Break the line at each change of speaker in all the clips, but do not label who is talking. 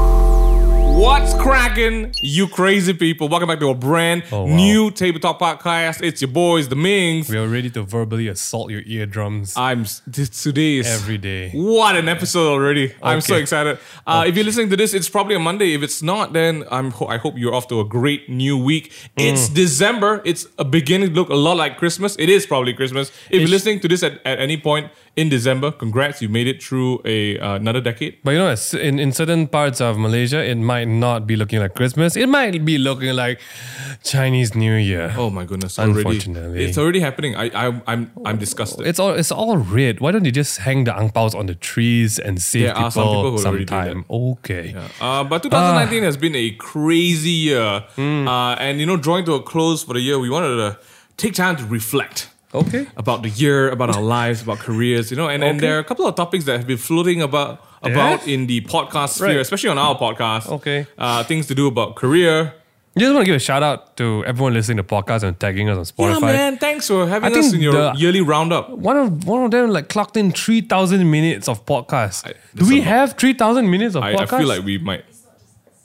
What's cracking, you crazy people? Welcome back to a brand
Oh, wow.
new Tabletop Podcast. It's your boys, the Mings.
We are ready to verbally assault your eardrums
I'm s- t- today is
every day.
What an episode already! I'm so
Okay.
excited. Uh, If you're listening to this, it's probably a Monday. If it's not, then I'm ho- I hope you're off to a great new week. It's
Mm.
December. It's a beginning to look a lot like Christmas. It is probably Christmas. If you're listening to this at, at any point in December, congrats! You made it through a uh, another decade.
But you know, it's- in, in certain parts of Malaysia, it might not be looking like Christmas. It might be looking like Chinese New Year.
Oh my goodness! Already,
Unfortunately.
it's already happening. I, I I'm I'm disgusted.
It's all it's all red. Why don't you just hang the ang paos on the trees and save
There
people,
are ah, some people who already do
sometime? Okay.
Uh, but 2019 has been a crazy year. Uh, and, you know, drawing to a close for the year, we wanted to take time to reflect
Okay.
about the year, about our lives, about careers, you know. And, and
Okay.
there are a couple of topics that have been floating about about in the podcast sphere,
Right.
especially on our podcast.
Okay.
Uh, things to do about career.
Just want to give a shout out to everyone listening to podcasts and tagging us on
Yeah,
Spotify.
man. Thanks for having
I
us
think
in your
the-
yearly roundup.
One of one of them like clocked in three thousand minutes of podcasts. do
that's a
we
lot.
have three thousand minutes of
I, I
podcasts?
feel like we might.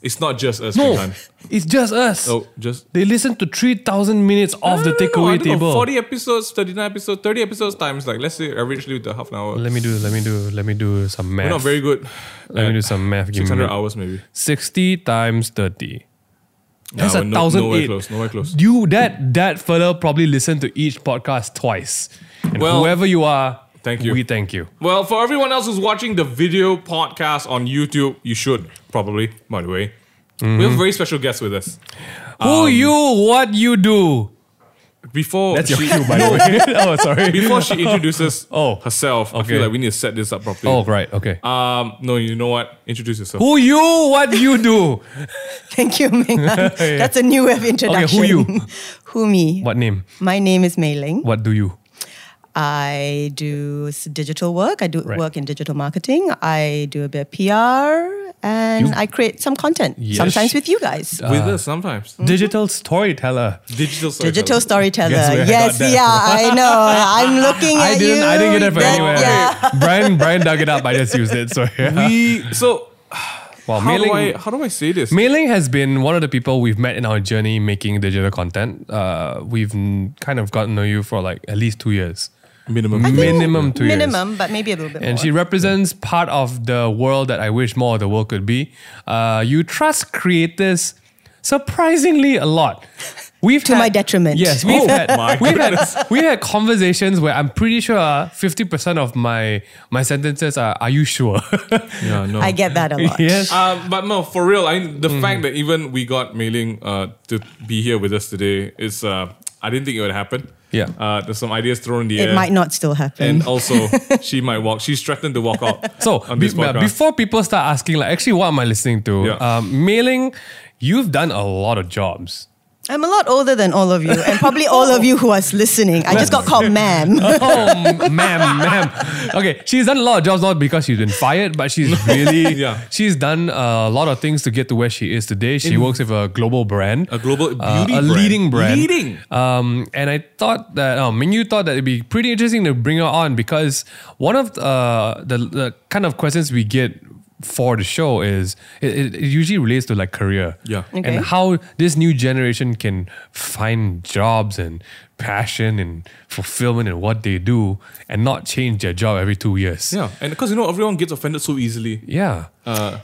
It's not just us.
no,
Ketan.
it's just us.
Oh, just.
They listen to 3,000 minutes of the
No, no, no, I
takeaway
don't know,
table.
40 episodes, 39 episodes, 30 episodes times, like, let's say averagely with the half an hour.
Let me do, let me do, let me do some math.
We're not very good.
let me do some math. Give
Six hundred
me
hours, maybe.
60 times 30. That's
Nah,
a
we're no-
thousand
Nowhere
eight.
close. Nowhere close.
You that that fella probably listened to each podcast twice. And
Well,
whoever you are,
thank you.
We thank you.
Well, for everyone else who's watching the video podcast on YouTube, you should probably. By the way, we have a very special guest with us.
Who you? What you do?
Before
Um, That's your
she,
cue, by the way. oh, sorry.
before she introduces
Oh,
herself, I feel
okay.
like we need to set this up properly.
Oh, right. Okay.
Um, no, you know what? Introduce yourself.
who you? What you do?
Thank you, Ming. An. That's a new web introduction.
you?
who me?
What name?
My name is Mei Ling.
What do you?
I do s- digital work. I do
Right.
work in digital marketing. I do a bit of PR and I create some content, sometimes with you guys.
Uh,
with us
Hmm?
sometimes.
Digital storyteller.
Digital. storyteller.
Digital storyteller.
Guess where I
Yes,
got that
yeah, I know. I'm looking
I
at
didn't.
you.
I didn't get it from
That-
anywhere.
yeah.
Brian. Brian dug it up. I just used it. So yeah.
We so
Wow.
how do
Mailing,
I how do I say this?
Mailing has been one of the people we've met in our journey making digital content. Uh, we've mm, kind of gotten to know you for like at least two years,
Minimum.
minimum two years.
Minimum, but maybe a little bit
And
more.
she represents part of the world that I wish more of the world could be. Uh, you trust creators surprisingly a lot. We've
To my detriment.
Yes, we've
Oh my
had we've had we had conversations where I'm pretty sure fifty percent of my my sentences are "Are you sure?"
Yeah, no.
I get that a lot.
yes.
Um, but no, for real, I, the
Mm.
fact that even we got mailing uh, to be here with us today is uh, I didn't think it would happen.
Yeah.
uh, there's some ideas thrown in the
It
air.
might not still happen.
And also, she might walk. She's threatened to walk out.
So
on this
be- uh,
podcast.
before people start asking, like, actually, what am I listening to?
Yeah.
Um, mailing, you've done a lot of jobs.
I'm a lot older than all of you, and probably all of you who are listening. I just got called ma'am.
Oh, m- ma'am, ma'am. Okay, she's done a lot of jobs not because she's been fired, but she's really
Yeah.
she's done a lot of things to get to where she is today. She works with a global brand,
a global beauty,
uh, a
brand.
leading brand,
leading.
Um, and I thought that um, Ming Yu thought that it'd be pretty interesting to bring her on because one of uh, the the kind of questions we get for the show is it, it, it usually relates to like career,
Yeah.
Okay.
and how this new generation can find jobs and passion and fulfillment in what they do and not change their job every two years.
Yeah, and because you know everyone gets offended so easily.
Yeah.
Uh,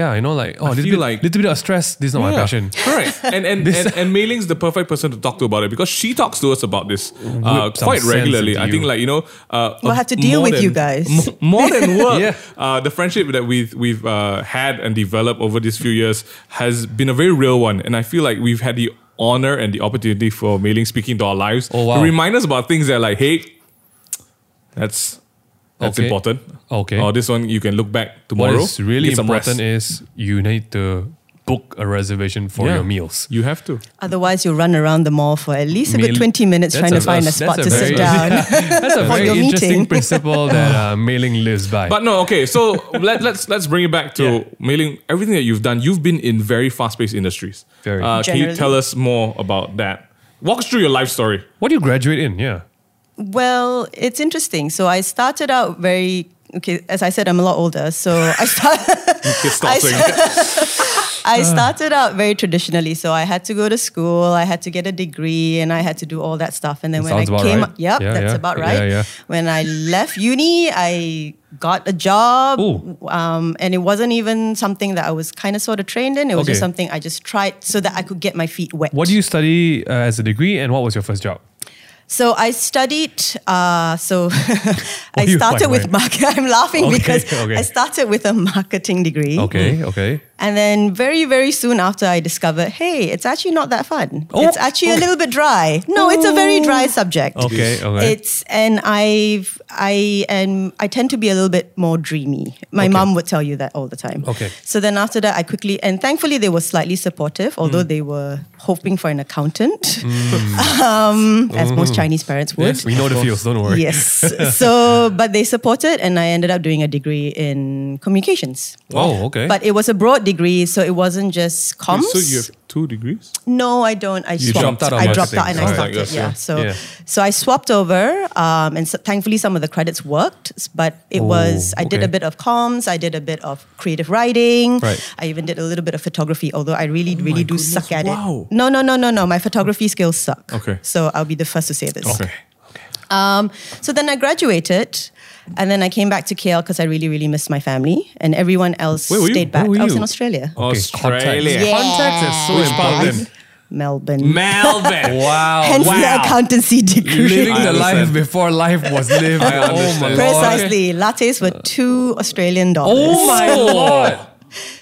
Yeah, you know, like oh,
feel
little bit,
like-
little bit of stress. This is not my
yeah,
passion.
correct. And and,
This-
and and mailing's the perfect person to talk to about it because she talks to us about this uh,
Whip some
quite
sense
regularly.
into
I think
you.
like you know, uh,
We'll
of-
have to deal
more
with you
than-
guys.
mo- more than work.
Yeah.
uh, the friendship that we've we've uh, had and developed over these few years has been a very real one, and I feel like we've had the honor and the opportunity for mailing speaking to our lives
Oh, wow.
to remind us about things that like hey, that's. That's
Okay.
important.
Okay.
Or this one you can look back tomorrow.
What is really
get some rest.
important is you need to book a reservation for
Yeah.
your meals.
You have to.
Otherwise, you'll run around the mall for at least a good
Mail-
20 minutes
That's a-
trying to find a
that's
spot
a
to
very-
sit down.
That's a
For
very
your
interesting
meeting.
principle that uh, mailing lives by.
But no, okay. So let, let's let's bring it back to mailing. Everything that you've done, you've been in very fast-paced industries.
Very.
Uh, can you
Generally.
tell us more about that? Walk us through your life story.
what do you graduate in? Yeah.
Well, it's interesting. So I started out very okay, as I said, I'm a lot older, so I start.
Kids stop
I
saying
said-
that.
Uh.
I started out very traditionally, so I had to go to school, I had to get a degree, and I had to do all that stuff. And then when
Sounds
I
about
came,
right.
yep,
Yeah,
that's
yeah.
about
Yeah,
right.
yeah.
When I left uni, I got a job,
Ooh.
um, and it wasn't even something that I was kind of sort of trained in. It was just
Okay.
something I just tried so that I could get my feet wet.
What do you study uh, as a degree, and what was your first job?
So I studied. Uh, so I
you-
started
wait,
with
wait.
market. I'm laughing
Okay,
because
okay.
I started with a marketing degree.
Okay, okay.
And then very, very soon after, I discovered, hey, it's actually not that fun.
Oh.
It's actually a little bit dry. No, it's a very dry subject.
Okay, okay.
It's and I've I am I tend to be a little bit more dreamy. My
Okay.
mom would tell you that all the time.
Okay.
So then after that, I quickly and thankfully they were slightly supportive, although
Mm.
they were hoping for an accountant, um, as most Chinese parents would.
Oh. we know the feels, don't worry.
Yes. So, but they supported, and I ended up doing a degree in communications.
Oh, okay.
But it was a broad degree, so it wasn't just comms.
So you have two degrees?
no, I don't. I swapped.
jumped out of
I dropped
marketing.
out and I
Sounds
stopped
like
it.
us,
Yeah.
yeah.
So,
Yeah.
so I swapped over, um, and so, thankfully some of the credits worked. s- But it was
Oh,
I did
okay.
a bit of comms, I did a bit of creative writing.
Right.
I even did a little bit of photography, although I really, really do
Oh goodness,
suck at
wow.
it. No, no, no, no, no. My photography skills suck.
Okay.
So I'll be the first to say this.
Okay.
Um, so then I graduated, and then I came back to KL because I really, really missed my family, and everyone else
Where were you? Oh.
stayed back.
Where were
I was
you?
in Australia,
Australia.
Yeah.
Contacts is so important.
Melbourne.
Melbourne.
Oh, Wow.
Hence the accountancy degree.
Living
I
the life
understand.
before life was lived. oh my
understand.
lord.
Precisely, lattes were two Australian dollars.
Oh my lord.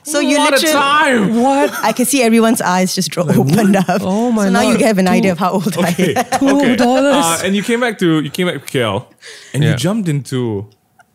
so you
What a
literally,
time.
What?
I can see everyone's eyes just dro- opened up.
Oh my
So now
lord.
you have an
Two-
idea of how old I am.
Two dollars.
Uh, and you came back to you came back to KL, and you
Yeah.
jumped into.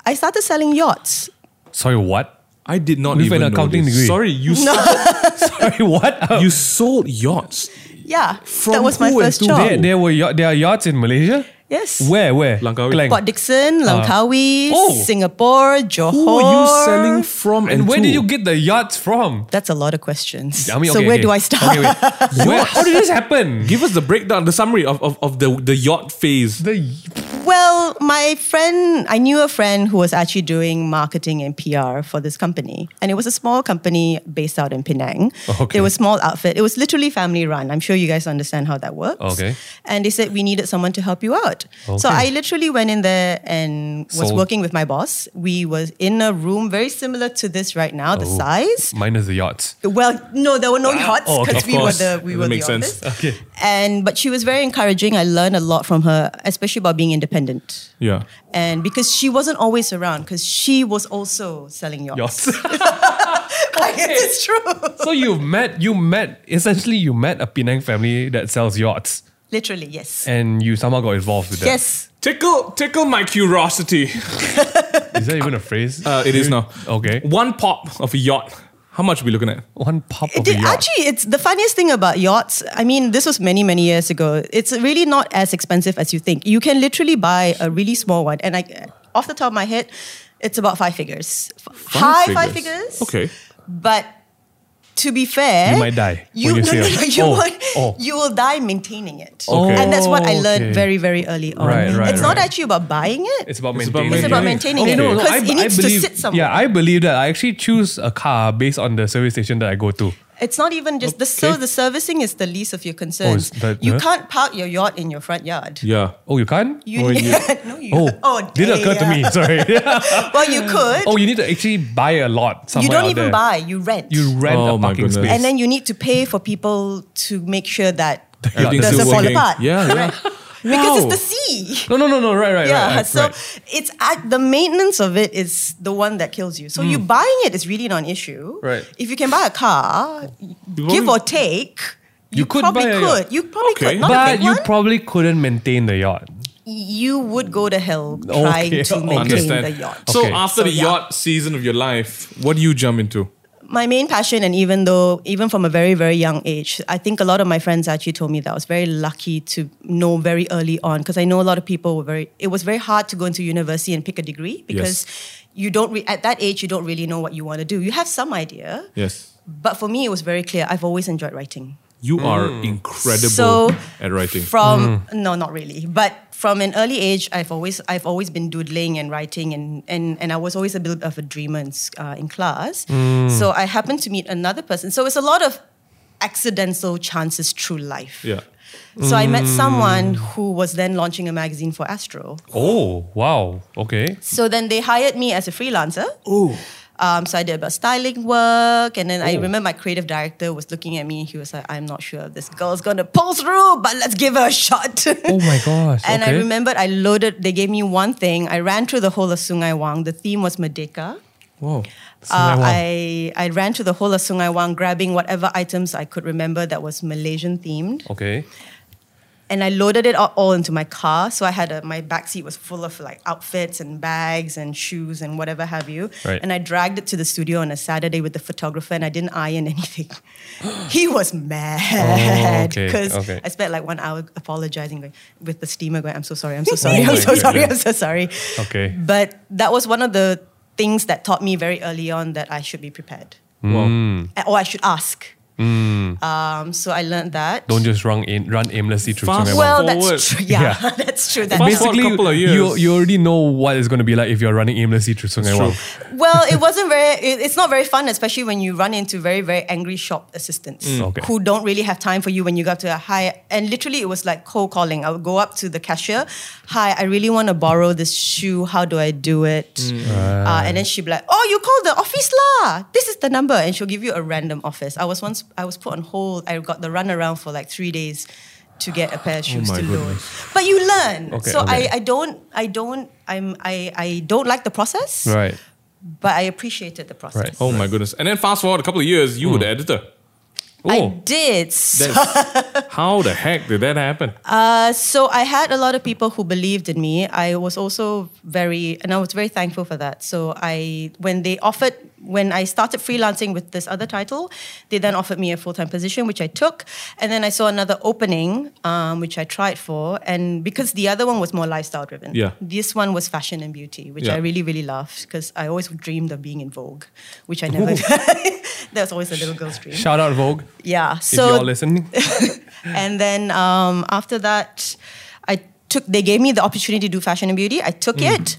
I started selling yachts.
Sorry, what?
I did not
With
even know
an accounting
this.
degree.
Sorry, you
Sorry, what? Uh,
sold, you sold yachts.
Yeah,
From
that was my
who and
first
to
job.
there, there were yacht, there are yachts in Malaysia.
Yes.
Where? Where?
Langkawi.
Klang.
Port Dixon, Langkawi,
Oh.
Singapore, Johor.
Who are you selling from? And,
And where
to?
did you get the yachts from?
That's a lot of questions.
I mean,
so
okay,
where
okay.
do I start?
Okay, wait. Where- how did this happen?
Give us the breakdown, the summary of, of, of the, the yacht phase.
The
Well, my friend, I knew a friend who was actually doing marketing and PR for this company. And it was a small company based out in Penang.
Oh, Okay.
It was a small outfit. It was literally family run. I'm sure you guys understand how that works.
Okay.
And they said, we needed someone to help you out. So
Okay.
I literally went in there and was
Sold.
working with my boss. We was in a room very similar to this right now, the
Oh.
size.
minus the yachts.
Well, no, there were no yachts
oh, okay.
because
Of
we were
course.
the we
That
were
makes
the
sense.
office.
Okay.
And but she was very encouraging. I learned a lot from her, especially about being independent.
Yeah.
And because she wasn't always around, because she was also selling yachts.
Yachts.
Like, it's true.
so you met you met essentially you met a Penang family that sells yachts,
Literally, yes.
and you somehow got involved with that.
Yes.
Tickle tickle my curiosity.
Is that even a phrase?
Uh, it is now.
Okay.
One pop of a yacht. How much are we looking at?
One pop of
Did-
a yacht.
actually, it's the funniest thing about yachts. I mean, this was many, many years ago. It's really not as expensive as you think. You can literally buy a really small one, and I, off the top of my head, it's about five figures. High five figures.
Okay.
But to be fair,
You might die
You,
when you
no,
say
no,
it.
no, you,
Oh,
won't-
oh.
you will die maintaining it.
Okay.
And that's what I learned
Okay.
very, very early on.
Right, right,
it's not
right.
actually about buying it.
It's about
It's about
maintaining.
It's about
maintaining it.
no, no,
'Cause
I,
it
I
needs to
believe,
sit somewhere.
Yeah, I believe that. I actually choose a car based on the service station that I go to.
It's not even just the so
Okay. Oh,
the servicing is the least of your concerns.
that-
you
huh?
can't park your yacht in your front yard.
Yeah.
Oh, you can't.
You,
Or you-
no, you
Oh, did
dear.
occur to me. Sorry.
Well, you could.
oh, you need to actually buy a lot somewhere.
you don't
out
even
there.
buy. You rent.
You rent
Oh
a
my
parking
goodness.
space.
and then you need to pay for people to make sure that it
Everything's
doesn't
still
fall
working.
apart.
Yeah, yeah.
Correct.
Wow.
Because it's the sea.
no, no, no, no. Right, right,
Yeah,
right, right.
so
right.
it's at the maintenance of it is the one that kills you. So you buying it is really not an issue.
Hmm. Right.
If you can buy a car, give or take, you,
could
probably
buy a-
could. You probably
Okay.
could. Not a
But
big
you
one.
probably couldn't maintain the yacht.
you would go to hell trying to
okay.
maintain
Understand.
the yacht.
So
Okay.
after the
So, yeah.
yacht season of your life, what do you jump into?
my main passion and even though even from a very very young age i think a lot of my friends actually told me that i was very lucky to know very early on because i know a lot of people were very it was very hard to go into university and pick a degree because you don't re- at that age you don't really know what you want to do you have some idea
Yes.
but for me it was very clear i've always enjoyed writing
You are incredible
So
at writing.
From no, not really, but from an early age, I've always I've always been doodling and writing, and and and I was always a bit of a dreamer in, s- uh, in class. So I happened to meet another person. So it's a lot of accidental chances through life.
yeah.
So I met someone who was then launching a magazine for Astro.
Oh, wow. Okay.
So then they hired me as a freelancer. Um, so I did about styling work, and then I remember my creative director was looking at me. He was like, "I'm not sure if this girl's gonna pull through, but let's give her a shot."
Oh my gosh.
And
okay.
I remembered I loaded. They gave me one thing. I ran through the whole of Sungai Wang. The theme was Merdeka.
Whoa.
Uh,
Sungai Wang.
I I ran through the whole of Sungai Wang, grabbing whatever items I could remember that was Malaysian themed,
okay.
and I loaded it all, all into my car. So I had a, my back seat was full of like outfits and bags and shoes and whatever have you.
Right.
And I dragged it to the studio on a Saturday with the photographer, and I didn't iron anything. he was mad
Oh, okay,
because
okay.
I spent like one hour apologizing going, with the steamer going, "I'm so sorry, I'm so sorry, I'm
Oh
so
goodness.
sorry, I'm so sorry."
Okay.
But that was one of the things that taught me very early on that I should be prepared
Wow.
Mm.
or I should ask. Um, so I learned that.
Don't just run aim, run aimlessly through
Fast
Sungai
walk.
Wang.
well,
forward.
that's true. Yeah,
Yeah.
that's true. That
Fast
that-
forward.
Basically,
couple of
you
years.
you already know what it's going to be like if you're running aimlessly through Sungai Wang.
well, it wasn't very. It, it's not very fun, especially when you run into very very angry shop assistants
Mm. Okay.
who don't really have time for you when you go up to a hi. And literally, it was like cold calling. I would go up to the cashier, "Hi, I really want to borrow this shoe. How do I do it?"
Mm.
Uh, and then she'd be like, "Oh, you call the office lah. This is the number," and she'll give you a random office. I was once I was put on hold. I got the runaround for like three days. To get a pair of shoes
Oh my
to loan,
goodness.
but you learn.
Okay,
so
okay.
I, I don't, I don't, I'm, I, I don't like the process
Right.
but I appreciated the process.
Right.
Oh my goodness. And then fast forward a couple of years, you were the editor.
I
Oh.
did. So,
That's, how the heck did that happen?
uh, so I had a lot of people who believed in me. I was also very, and I was very thankful for that. So I, when they offered, when I started freelancing with this other title, they then offered me a full time position, which I took. And then I saw another opening, um, which I tried for. And because the other one was more lifestyle driven,
Yeah.
this one was fashion and beauty, which
Yeah.
I really, really loved because I always dreamed of being in Vogue, which I never. That's always a little girl's dream.
Shout out Vogue
Yeah.
if you all
So
listening.
and then um, after that, I took. They gave me the opportunity to do fashion and beauty. I took
Mm.
it,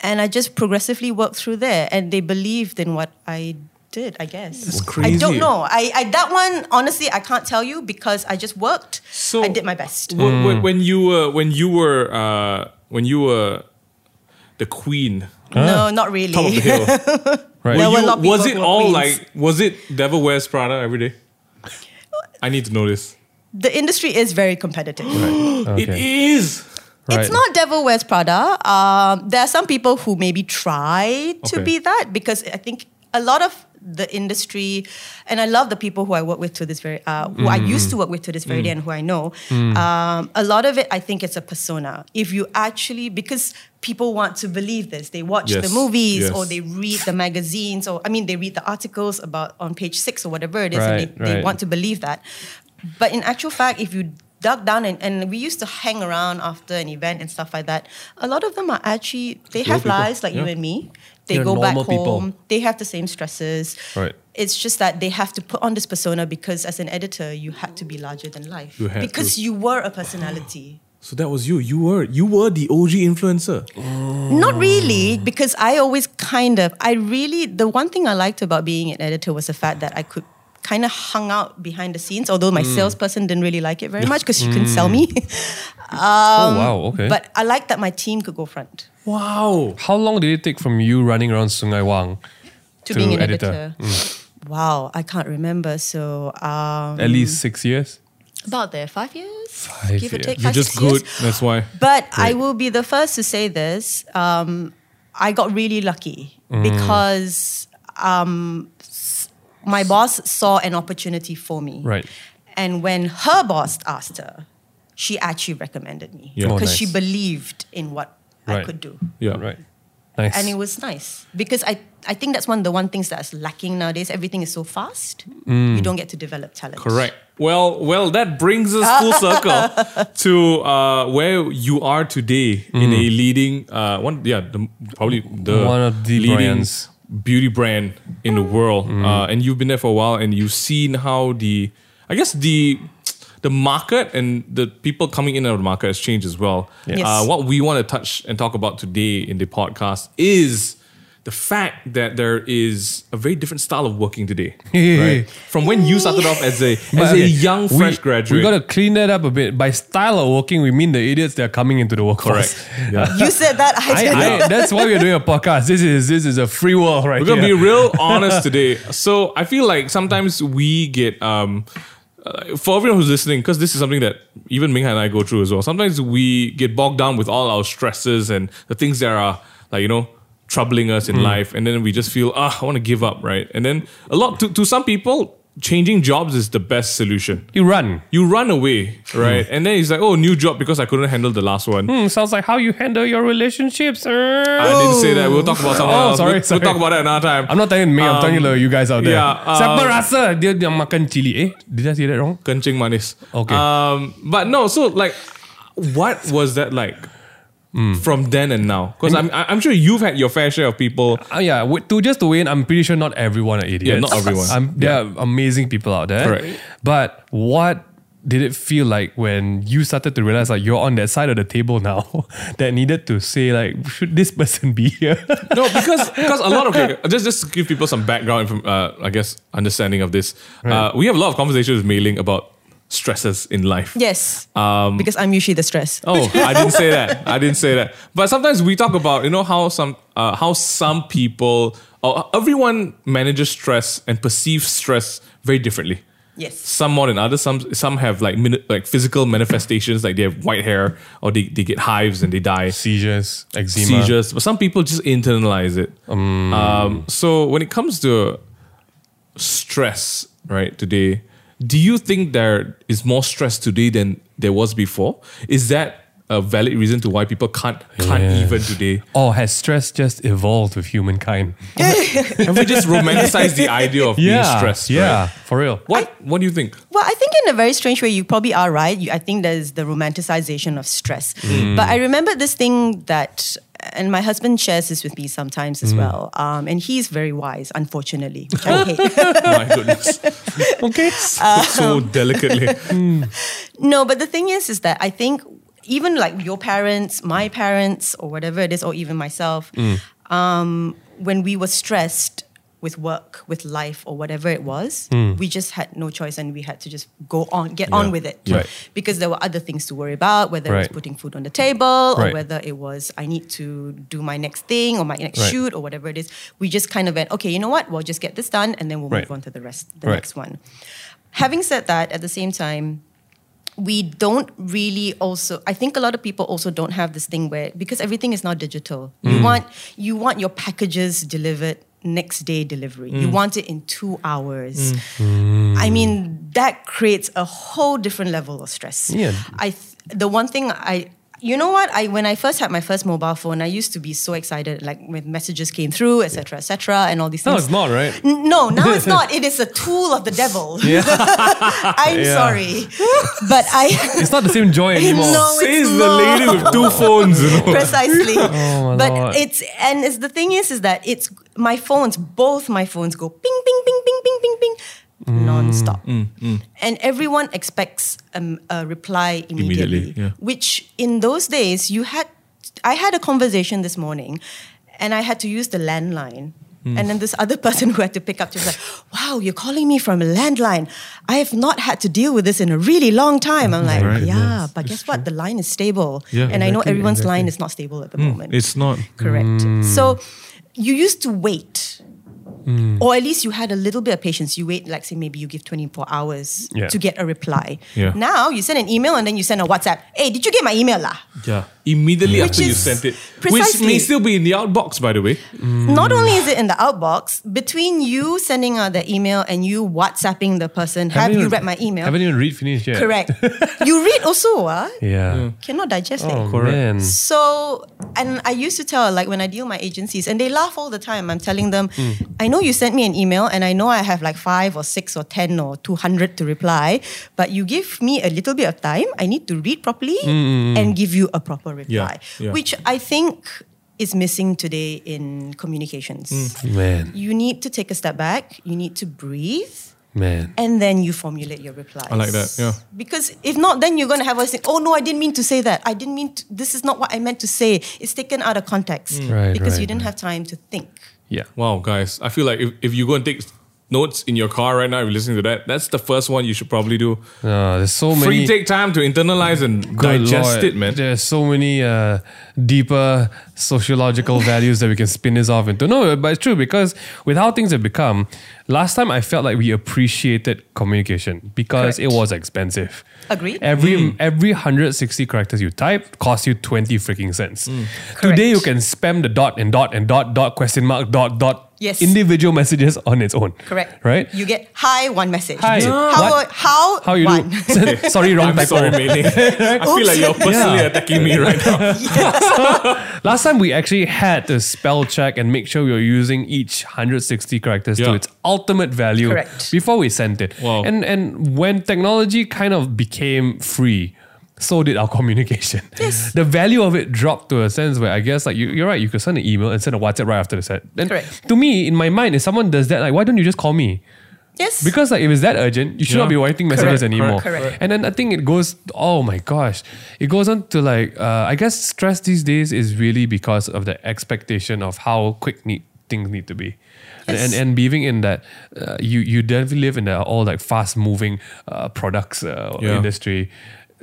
and I just progressively worked through there. And they believed in what I did. I guess
It's
I
crazy.
don't know. I, I that one honestly, I can't tell you because I just worked.
So-
I did my best.
Wh- wh- When you were when you were uh, when you were the queen
No, not really.
top of the hill.
Right.
There
Were
were a
you-
lot of people
was it
who were
all
queens.
like was it Devil Wears Prada every day? I need to know this.
the industry is very competitive.
It is.
Right.
It's not Devil Wears Prada. Um, there are some people who maybe try to
Okay.
be that because I think a lot of the industry, and I love the people who I work with to this very, uh, who I used to work with to this very day, and who I know. Um, a lot of it, I think, it's a persona. If you actually, because people want to believe this, they watch
Yes,
the movies
yes.
or they read the magazines, or I mean, they read the articles about on page six or whatever it is, and
Right,
they, they
right.
want to believe that. But in actual fact, if you dug down and, and we used to hang around after an event and stuff like that, a lot of them are actually they have
people,
lives like you
yeah.
and me. They
They're
go back
normal people.
home. They have the same stresses.
Right.
It's just that they have to put on this persona because as an editor, you had to be larger than life.
You had
because
to.
you were a personality.
So that was you. You were you were the OG influencer.
Not really, because I always kind of, I really, the one thing I liked about being an editor was the fact that I could kind of hung out behind the scenes, although my salesperson didn't really like it very much because she couldn't sell me.
oh wow. Okay.
But I liked that my team could go front
Wow.
how long did it take from you running around Sungai Wang
to, being an editor. Wow, I can't remember. So um,
At least six years.
about there, five years?
Five
Give or
years.
take,
You're
five,
just
six years.
good. That's why.
But I will be the first to say this. Um, I got really lucky because um, s- my boss saw an opportunity for me.
Right.
And when her boss asked her, she actually recommended me
Yeah.
because
Oh,
she
nice.
believed in what I
Right.
could do.
Yeah.
Right. Nice.
And it was nice because I, I think that's one of the one things that's lacking nowadays. Everything is so fast. You don't get to develop talent.
Correct. Well, well, that brings us full circle to uh, where you are today in a leading uh, one. Yeah, the, probably the
Mm. One of the
leading
brands. Mm.
beauty brand in the world, uh, and you've been there for a while, and you've seen how the I guess the the market and the people coming in and out of the market has changed as well.
Yes.
Uh, what we want to touch and talk about today in the podcast is the fact that there is a very different style of working today, right? From when you started off as a as a
Okay,
young
we-
fresh graduate.
we gotta clean that up a bit. By style of working, we mean the idiots that are coming into the workforce.
Correct. Yeah.
You said that. I,
I,
said that.
I, that's why we're doing a podcast. This is this is a free world, right?
We're gonna
here.
be real honest today. So I feel like sometimes we get um uh, for everyone who's listening, because this is something that even Mingha and I go through as well. Sometimes we get bogged down with all our stresses and the things that are like you know troubling us
Hmm.
in life, and then we just feel ah I want to give up, right? And then a lot to to some people, changing jobs is the best solution.
you run.
You run away, right? and then it's like, oh, new job because I couldn't handle the last one.
Hmm, sounds like how you handle your relationships.
I
I'm
didn't say that. We'll talk about something
Oh,
else.
sorry,
we'll,
sorry.
we'll talk about that another time.
not telling me. I'm telling you, you guys out there.
yeah, um,
Siapa rasa dia dia makan cili? Eh, did I say that wrong?
kencing manis.
Okay.
Um, but no, so like, what was that like
Hmm.
from then and now? Because I'm I- I'm sure you've had your fair share of people.
Uh, yeah, wi- to just to weigh in, I'm pretty sure not everyone are idiots.
Yeah, not everyone.
I'm, there are amazing people out there.
Correct.
But what did it feel like when you started to realize like you're on that side of the table now that needed to say like should this person be here?
No, because because a lot of okay, just just to give people some background from uh, I guess understanding of this. Uh, we have a lot of conversations with mailing about stresses in life.
Yes. because I'm usually the stress.
Oh, I didn't say that. I didn't say that. But sometimes we talk about you know how some uh, how some people or everyone manages stress and perceives stress very differently.
Yes.
Some more than others. Some some have like mini- like physical manifestations, like they have white hair or they, they get hives and they die.
Seizures, eczema.
Seizures, but some people just internalize it.
Mm.
Um, so when it comes to stress, right today, do you think there is more stress today than there was before? Is that a valid reason to why people can't can't
Yes.
even today?
Or Oh, has stress just evolved with humankind?
Have we just romanticized the idea of being stressed?
yeah,
right?
for real.
What What do you think?
Well, I think in a very strange way, you probably are right. You, I think there's the romanticization of stress. But I remember this thing that, and my husband shares this with me sometimes as well. Um, and he's very wise, unfortunately, which I hate.
My goodness.
Okay.
so delicately.
no, but the thing is, is that I think even like your parents, my parents, or whatever it is, or even myself,
Mm.
um, when we were stressed with work, with life, or whatever it was,
Mm.
we just had no choice and we had to just go on, get on with it.
Right.
Because there were other things to worry about, whether it was
Right.
putting food on the table, or
Right.
whether it was I need to do my next thing or my next
Right.
shoot or whatever it is. We just kind of went, okay, you know what? We'll just get this done and then we'll
Right.
move on to the rest, the
Right.
next one. Having said that, at the same time, we don't really also i think a lot of people also don't have this thing where because everything is now digital you
Mm.
want you want your packages delivered next day delivery you
Mm.
want it in 2 hours i mean that creates a whole different level of stress
Yeah.
i th- the one thing i you know what i when i first had my first mobile phone i used to be so excited like when messages came through etc cetera, etc cetera, and all these
No,
things
it's not, right?
N- No, now it's not. It is a tool of the devil. I'm
Yeah.
sorry. But I
It's not the same joy anymore.
No,
Says
it's
the
not.
lady with two phones. You know?
precisely.
Oh my
but
Lord.
it's and it's the thing is is that it's my phones, both my phones go ping ping ping ping ping ping ping
Mm.
non-stop.
Mm,
And everyone expects um, a reply immediately,
Immediately, yeah.
which in those days you had I had a conversation this morning and I had to use the landline.
Mm.
And then this other person who had to pick up just like, wow, you're calling me from a landline. I have not had to deal with this in a really long time. I'm like,
Right,
yeah,
yes.
but guess what? The line is stable.
Yeah,
and I know
exactly,
everyone's
exactly.
line is not stable at the moment.
It's not.
Correct. So you used to wait. Or at least you had a little bit of patience. You wait, like say maybe you give 24 hours
Yeah.
to get a reply.
Yeah.
Now you send an email and then you send a WhatsApp. Hey, did you get my email lah?
Yeah. Immediately after you
is
sent it. Which may
precisely-
still be in the outbox, by the way.
Not only is it in the outbox, between you sending out the email and you WhatsApping the person, have
Haven't
you
even-
read my email?
Haven't even read finished yet.
Correct. you read also, ah.
Yeah.
Cannot digest it.
Oh
Correct.
man.
So, and I used to tell, like, when I deal my agencies, and they laugh all the time. I'm telling them,
Hmm.
I know you sent me an email, and I know I have like five or six or 10 or 200 to reply, but you give me a little bit of time. I need to read properly and give you a proper reply,
Hmm, yeah.
which I think is missing today in communications.
Hmm.
Man.
You need to take a step back, you need to breathe.
Man.
and then you formulate your replies.
I like that, yeah.
Because if not, then you're going to have us think, oh no, I didn't mean to say that. I didn't mean, to, this is not what I meant to say. It's taken out of context
Right,
because
right,
you didn't have time to think.
Yeah.
Wow, guys, I feel like if, if you go and take notes in your car right now, if you're listening to that, that's the first one you should probably do.
Uh, there's so many.
Free take time to internalize and
Good
digest
Lord.
it, man.
There's so many uh, deeper sociological values that we can spin this off into. No, but it's true because with how things have become, last time I felt like we appreciated communication because it
Correct.
was expensive.
Agreed.
Every
Hmm.
every 160 characters you type costs you 20 freaking cents.
Hmm.
Today you can spam the dot and dot and dot dot question mark dot dot
Yes.
individual messages on its own.
Correct.
Right?
You get hi, one message.
Hi. No.
How,
What?
how,
how you
one.
do? Sorry, wrong
I'm
typo.
sorry, Mei Ling. I feel like you're personally
Yeah.
attacking me right now.
Last time we actually had to spell check and make sure we were using each 160 characters to
Yeah.
its ultimate value
Correct.
before we sent it.
Wow.
And and when technology kind of became free, so did our communication. Yes. The value of it dropped to a sense where I guess like you, you're right, you could send an email and send a WhatsApp right after the set. And
Correct.
to me, in my mind, if someone does that, like why don't you just call me?
yes.
Because like if it's that urgent, you should not
Yeah.
be writing messages
Correct,
anymore.
correct, correct.
And then I think it goes. Oh my gosh, it goes on to like. Uh, I guess stress these days is really because of the expectation of how quick need things need to be. And, and
Yes.
and being in that, uh, you you definitely live in the all like fast moving uh, products uh,
Yeah.
industry.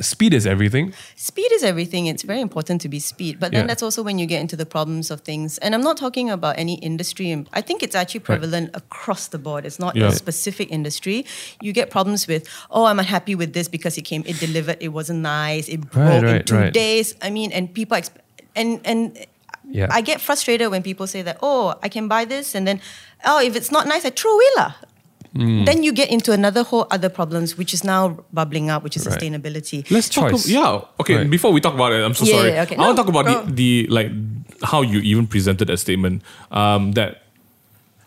Speed is everything.
speed is everything. It's very important to be speed. But then
Yeah.
that's also when you get into the problems of things. And I'm not talking about any industry. in- I think it's actually prevalent across the board. It's not
Yeah.
a specific industry. You get problems with, oh, I'm unhappy with this because it came, it delivered, it wasn't nice, it broke in
right,
two
right.
days. I mean, and people, exp- and, and,
Yeah.
I get frustrated when people say that, oh, I can buy this, and then, oh, if it's not nice, I throw away lah.
Hmm.
Then you get into another whole other problems, which is now bubbling up, which is
Right.
sustainability.
Let's
Talk
choice.
ab- yeah. Okay.
Right.
Before we talk about it, I'm so
Yeah,
sorry.
yeah, okay.
I want to
No,
talk about
go.
the, the like how you even presented a statement. Um, that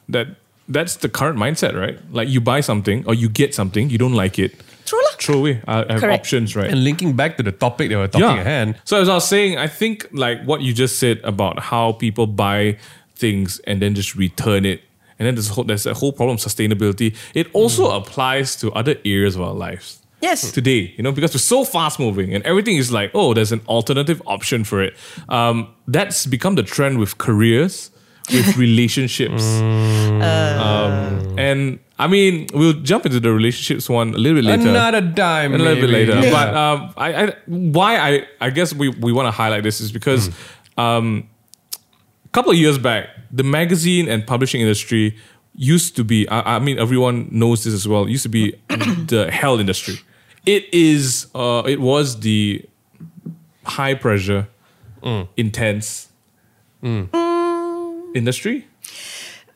that that's the current mindset, right? Like you buy something or you get something, you don't like it,
True lah.
throw away. I, I have
Correct.
options, right?
And linking back to the topic that we're talking at hand,
So as I was saying, I think like what you just said about how people buy things and then just return it. And then there's a whole, there's a whole problem of sustainability. It also
Mm.
applies to other areas of our lives.
Yes.
Today, you know, because we're so fast moving and everything is like, oh, there's an alternative option for it. Um, that's become the trend with careers, with relationships. Um, and I mean, we'll jump into the relationships one a little bit later
another dime,
a little bit
maybe.
later.
Yeah.
But um, I, I, why I, I guess we, we want to highlight this is because um, a couple of years back, the magazine and publishing industry used to be. I, I mean, everyone knows this as well. Used to be the hell industry. It is. Uh, it was the high pressure,
Mm.
intense industry.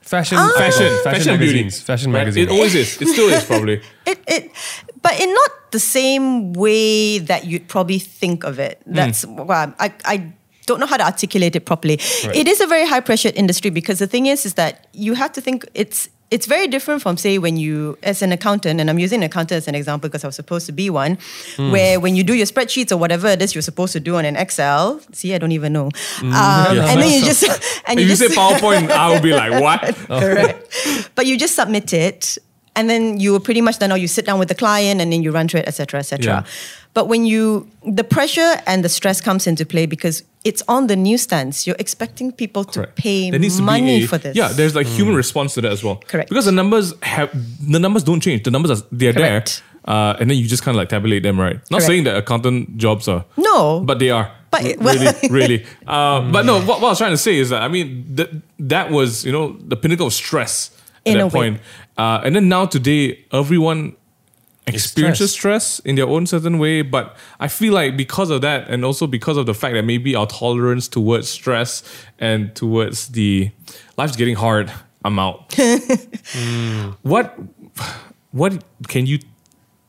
fashion,
Fashion,
fashion, fashion
beauty.
magazines, fashion
Right?
magazines.
It always is. It still is probably.
It, it, but in not the same way that you'd probably think of it.
Hmm.
That's well, I, I don't know how to articulate it properly. It is a very high pressure industry because the thing is, is that you have to think it's. It's very different from, say, when you, as an accountant, and I'm using an accountant as an example because I was supposed to be one,
Hmm.
where when you do your spreadsheets or whatever it is you're supposed to do on an Excel, see, I don't even know. Um, And then you just.
Hmm.
And
if you
just,
say PowerPoint, I would be like, what?
Correct. but you just submit it and then you were pretty much done or you sit down with the client and then you run through it, et cetera, et
Yeah.
cetera. But when you the pressure and the stress comes into play because it's on the newsstands. You're expecting people to
Correct.
pay
There needs to be
money
a-
for this.
Yeah, there's like human response to that as well.
Correct.
Because the numbers have the numbers don't change. The numbers are they're
Correct.
there, uh, and then you just kind of like tabulate them, right? Not
Correct.
saying that accountant jobs are
No.
but they are.
But-
R- really, really. Uh, But no, what, what I was trying to say is that I mean that that was you know the pinnacle of stress at
In a
that
way.
point, uh, and then now today everyone experiences stress in their own certain way. But I feel like because of that, and also because of the fact that maybe our tolerance towards stress and towards the life's getting hard, I'm out. Mm. What what can you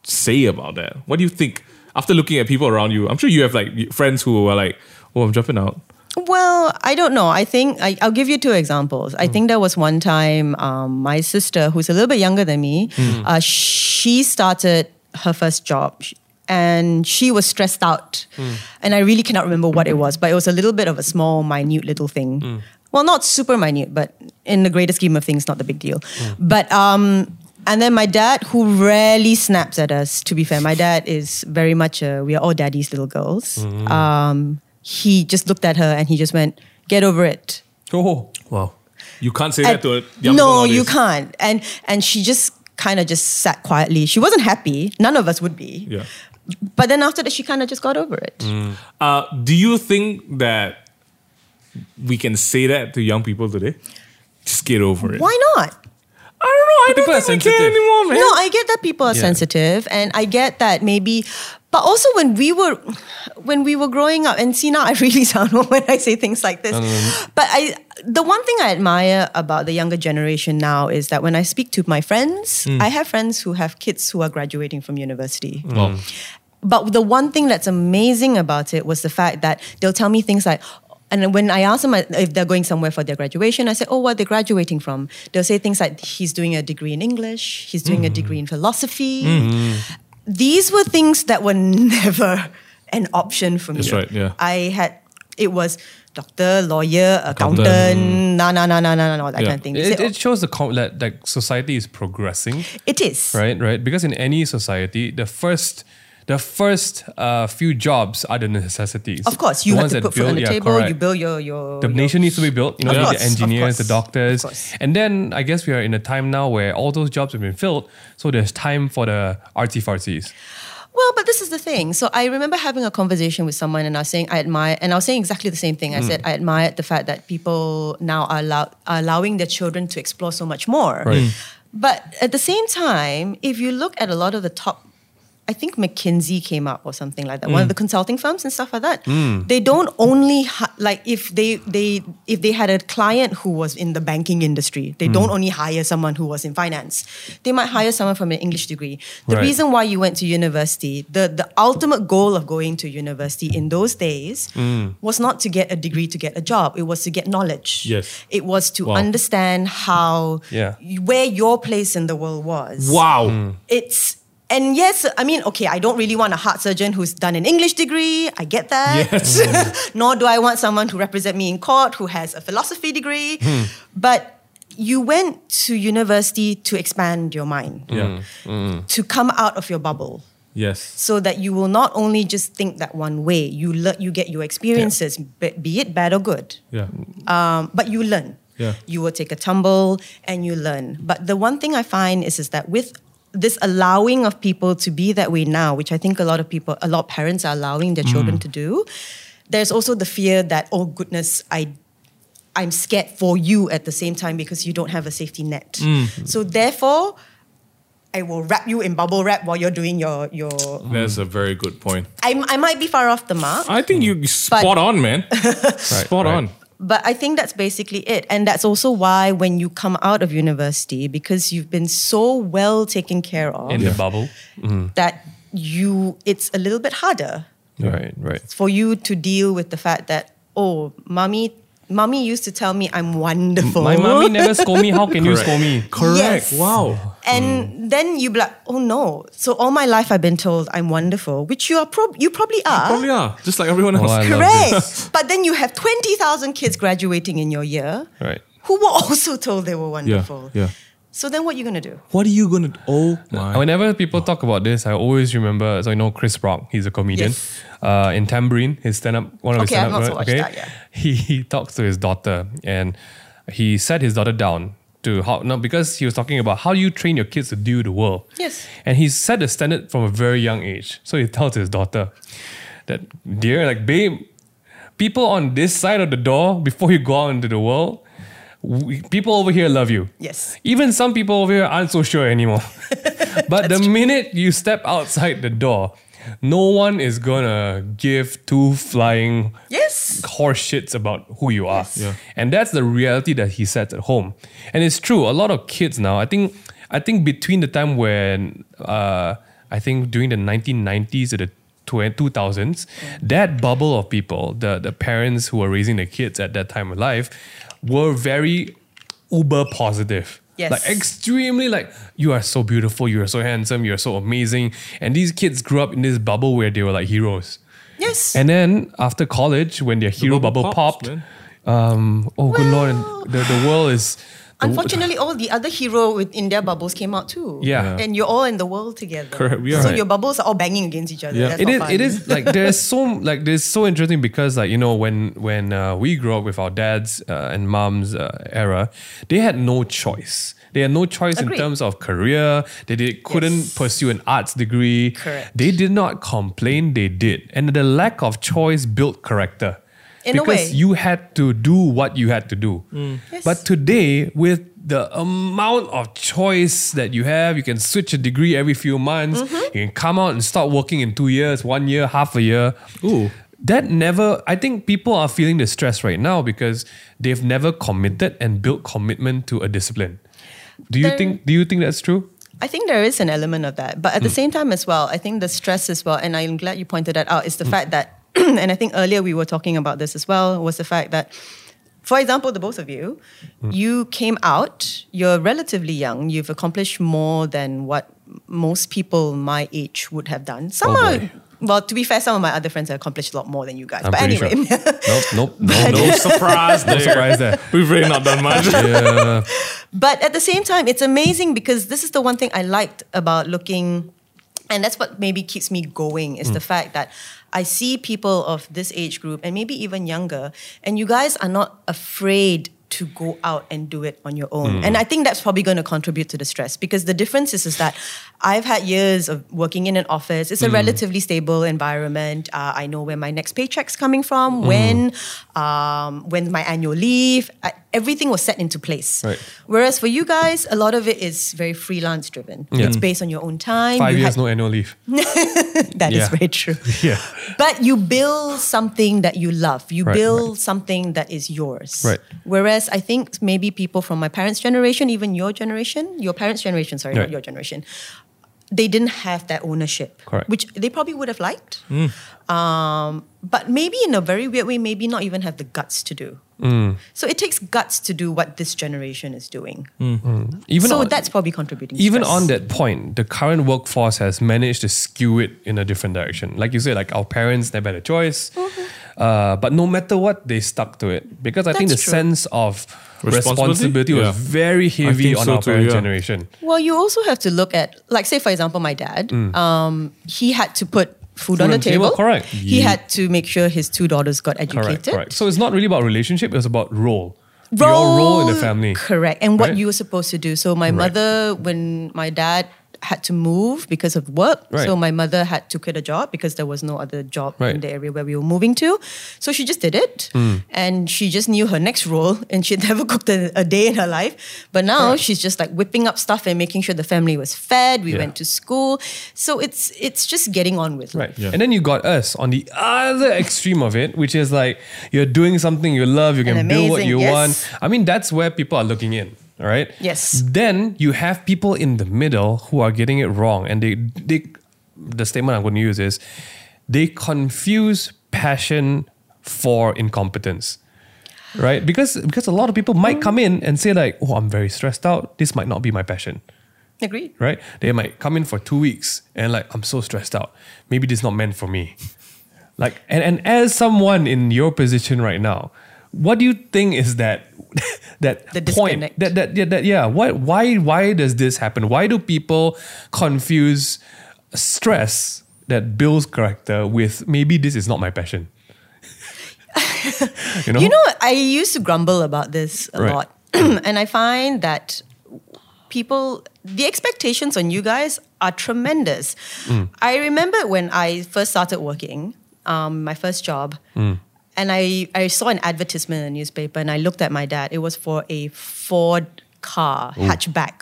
say about that? What do you think after looking at people around you? I'm sure you have like friends who are like, "Oh, I'm dropping out."
Well, I don't know. I think I, I'll give you two examples. I think there was one time um, my sister, who's a little bit younger than me, uh, she started her first job sh- and she was stressed out. And I really cannot remember what it was, but it was a little bit of a small, minute little thing. Well, not super minute, but in the greater scheme of things, not the big deal. But um, And then my dad, who rarely snaps at us, to be fair, my dad is very much a we are all daddy's little girls. Um, he just looked at her and he just went, "Get over it."
Oh,
Wow.
You can't say that
And-
to a young girl
no, you
nowadays.
can't. And and she just kind of just sat quietly. She wasn't happy. None of us would be.
Yeah.
But then after that, she kind of just got over it.
Uh, do you think that we can say that to young people today? Just get over it.
Why not?
I don't know. I
People are
don't think we care
sensitive.
anymore, man.
No, I get that people are
Yeah.
sensitive, and I get that maybe. But also, when we were, when we were growing up, and see now I really sound old when I say things like this. But I, the one thing I admire about the younger generation now is that when I speak to my friends, I have friends who have kids who are graduating from university. But the one thing that's amazing about it was the fact that they'll tell me things like, and when I ask them "Uh, if they're going somewhere for their graduation, I say, oh, what they're graduating from. They'll say things like, he's doing a degree in English, he's doing a degree in philosophy.
Mm-hmm.
These were things that were never an option for me.
That's right, yeah.
I had, it was doctor, lawyer,
Accountant.
accountant, na, na, na, na, na, na, that
Yeah.
kind of thing. They oh,
it,
say,
it shows the com- that like society is progressing.
"Oh, it is.
right right because in any society the first the first uh, few jobs are the necessities
Of course, you
The
have
ones
to
that
put food on the
yeah,
table,
correct.
you build your, your,
the
your-
nation needs to be built you know
Of
you need
course,
the
of
engineers the
course, of
doctors
course.
and then i guess we are in a time now where all those jobs have been filled so there's time for the artsy fartsies
Well, but this is the thing. So I remember having a conversation with someone, and I was saying I admire, and I was saying exactly the same thing. I said I admired the fact that people now are, allow, are allowing their children to explore so much more.
Right.
But at the same time, if you look at a lot of the top, I think McKinsey came up or something like that. One of the consulting firms and stuff like that. They don't only hi- like if they they if they had a client who was in the banking industry, they don't only hire someone who was in finance. They might hire someone from an English degree. The
Right.
reason why you went to university, the the ultimate goal of going to university in those days was not to get a degree to get a job. It was to get knowledge.
Yes.
It was to
Wow.
understand how
Yeah.
where your place in the world was
Wow.
Hmm.
it's and yes, I mean, okay, I don't really want a heart surgeon who's done an English degree. I get that. Nor do I want someone to represent me in court who has a philosophy degree. But you went to university to expand your mind,
Yeah.
to come out of your bubble,
Yes.
so that you will not only just think that one way. You learn, you get your experiences, be, be it bad or good
Yeah.
um, but you learn.
Yeah.
You will take a tumble and you learn. But the one thing I find is, is that with this allowing of people to be that way now, which I think a lot of people, a lot of parents are allowing their children to do, there's also the fear that, oh goodness, I I'm scared for you at the same time because you don't have a safety net. So therefore, I will wrap you in bubble wrap while you're doing your your
That's a very good point.
I, I might be far off the mark.
I think you you spot on, man. spot
right.
on.
But I think that's basically it. And that's also why when you come out of university, because you've been so well taken care of
in the bubble
that you it's a little bit harder
right right
for you to deal with the fact that, oh, mommy mommy used to tell me I'm wonderful.
my mommy never scold me how can you scold me
Yes.
Wow.
and then you be like, oh no. So all my life I've been told I'm wonderful, which you are prob- you probably are.
Probably are. Just like everyone else.
Oh, I love this.
Correct. but then you have 20,000 kids graduating in your year
right
who were also told they were wonderful.
yeah.
So then what are you going to do?
What are you gonna? do? Oh my.
Whenever
Oh.
people talk about this, I always remember. So I know Chris Rock. He's a comedian.
Yes.
Uh, in Tambourine, his stand up, one of his
Okay,
stand
I've
up,
also watched that, yeah.
he, he talks to his daughter and he set his daughter down to how no because he was talking about how you train your kids to do the world.
Yes.
And he set the standard from a very young age. So he tells his daughter that dear, like babe, people on this side of the door before you go out into the world, we, people over here love you.
Yes.
Even some people over here aren't so sure anymore. but the minute you step outside the door, no one is gonna give two flying
Yes.
horse shits about who you are.
Yeah.
And that's the reality that he sets at home. And it's true, a lot of kids now, I think I think between the time when uh, I think during the 1990s to the tw- 2000s, that bubble of people, the, the parents who were raising their kids at that time of life, were very uber positive.
Yes.
Like extremely like you are so beautiful, you are so handsome, you are so amazing. And these kids grew up in this bubble where they were like heroes.
Yes.
And then after college, when their hero bubble,
bubble pops,
popped, um, oh good lord, the, the world is
Unfortunately, all the other hero within their bubbles came out too.
Yeah.
And you're all in the world together.
Correct, we are.
So
Right.
your bubbles are all banging against each other.
Yeah.
That's
It
not
is.
fun.
It is like there's so like there's so interesting because like you know when when uh, we grew up with our dads uh, and moms uh, era, they had no choice. They had no choice
Agreed.
in terms of career. They did, couldn't
Yes.
pursue an arts degree.
Correct.
They did not complain. They did, and the lack of choice built character.
In a
because
way. Mm.
you had to do what you had to do.
Yes.
But today, with the amount of choice that you have, you can switch a degree every few months,
Mm-hmm.
you can come out and start working in two years, one year, half a year.
Ooh.
That never, I think people are feeling the stress right now because they've never committed and built commitment to a discipline. Do you
There-
think do you think that's true?
I think there is an element of that. But at the
Hmm.
same time as well, I think the stress as well, and I'm glad you pointed that out, is
Hmm.
the fact that, and I think earlier we were talking about this as well, was the fact that, for example, the both of you,
Hmm.
you came out, you're relatively young, you've accomplished more than what most people my age would have done. Some
Oh,
are,
boy.
well, to be fair, some of my other friends have accomplished a lot more than you guys.
I'm
but
pretty
anyway,
sure. Nope, nope, no,
No
no,
surprise
no
there.
surprise there.
We've really not done much.
Yeah,
But at the same time, it's amazing because this is the one thing I liked about looking, and that's what maybe keeps me going is the
Hmm.
fact that I see people of this age group and maybe even younger, and you guys are not afraid to go out and do it on your
Hmm.
own. And I think that's probably going to contribute to the stress because the difference is, is that I've had years of working in an office.
Hmm.
It's a relatively stable environment. Uh, I know where my next paycheck's coming
Hmm.
from, when um, when my annual leave, I, everything was set into place.
Right.
Whereas for you guys, a lot of it is very freelance driven. It's based on your own time.
five
you
years,
had-
no annual leave.
that is
Yeah.
very true.
Yeah.
But you build something that you love. You
Right,
build something that is yours.
Right.
Whereas I think maybe people from my parents' generation, even your generation, your parents' generation, sorry,
Right.
not your generation, they didn't have that ownership,
Correct. Mm.
which they probably would have liked. Um, but maybe in a very weird way, maybe not even have the guts to do.
Mm.
So it takes guts to do what this generation is doing.
Even
So
on-
that's probably contributing. to
even
stress.
on that point, the current workforce has managed to skew it in a different direction. Like you said, like our parents never had a choice, uh, but no matter what, they stuck to it because I think the
Mm-hmm. That's true.
sense of
Responsibility?
responsibility was
Yeah.
very heavy
think
on
so
our
too,
parent
yeah.
generation.
Well, you also have to look at, like, say, for example, my dad. Um, he had to put food, on the table.
correct.
He
Ye-
had to make sure his two daughters got educated.
Correct, correct. So it's not really about relationship; it's about role, your role in the family.
Correct. And what
Right.
you were supposed to do. So my mother, when my dad had to move because of work,
Right.
so my mother had to quit a job because there was no other job in
Right. Hmm.
the area where we were moving to. So she just did it, and she just knew her next role, and she'd never cooked a, a day in her life. But now she's just like whipping up stuff and making sure the family was fed. We
Yeah.
went to school, so it's it's just getting on with
Right.
life.
And then you got us on the other extreme of it, which is like you're doing something you love, you
And
can build what
amazing,
you
yes.
want. I mean, that's where people are looking in. All right.
Yes.
Then you have people in the middle who are getting it wrong. And they they the statement I'm going to use is they confuse passion for incompetence. Right? Because because a lot of people might come in and say, like, oh, I'm very stressed out. This might not be my passion
Agreed.
right? They might come in for two weeks and like, I'm so stressed out. Maybe this is not meant for me. Like, and, and as someone in your position right now, what do you think is that that
The
point?
disconnect.
That that yeah, that yeah. What why why does this happen? Why do people confuse stress that builds character with maybe this is not my passion? you know,
You know, I used to grumble about this a
Right.
lot. and I find that people, the expectations on you guys are tremendous.
Hmm.
I remember when I first started working, um, my first job,
Hmm.
and I, I saw an advertisement in the newspaper and I looked at my dad. It was for a Ford car hatchback,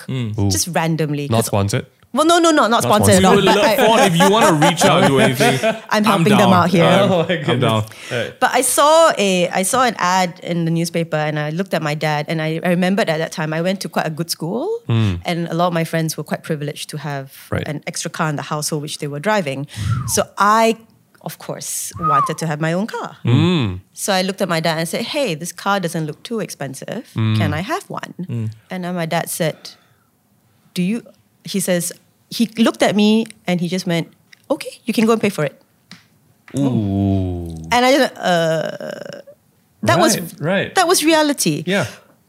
just randomly.
Hmm. not
'Cause-
sponsored.
well, no, no, no, not,
sponsored.
sponsored at
You
all.
would
but
love
I-
Fawn, if you want to reach out to anything.
I'm helping them
down.
out here.
I'm-
Oh my
I'm
goodness.
down.
But I saw a I saw an ad in the newspaper and I looked at my dad and I, I remembered at that time I went to quite a good school and a lot of my friends were quite privileged to have
Right.
an extra car in the household which they were driving. So I of course wanted to have my own car. So I looked at my dad and said, Hey, this car doesn't look too expensive. Can I have one? And then my dad said, Do you he says he looked at me and he just went, Okay, you can go and pay for it.
Ooh,
And I just went, uh, that was
Right, right.
that was reality.
yeah,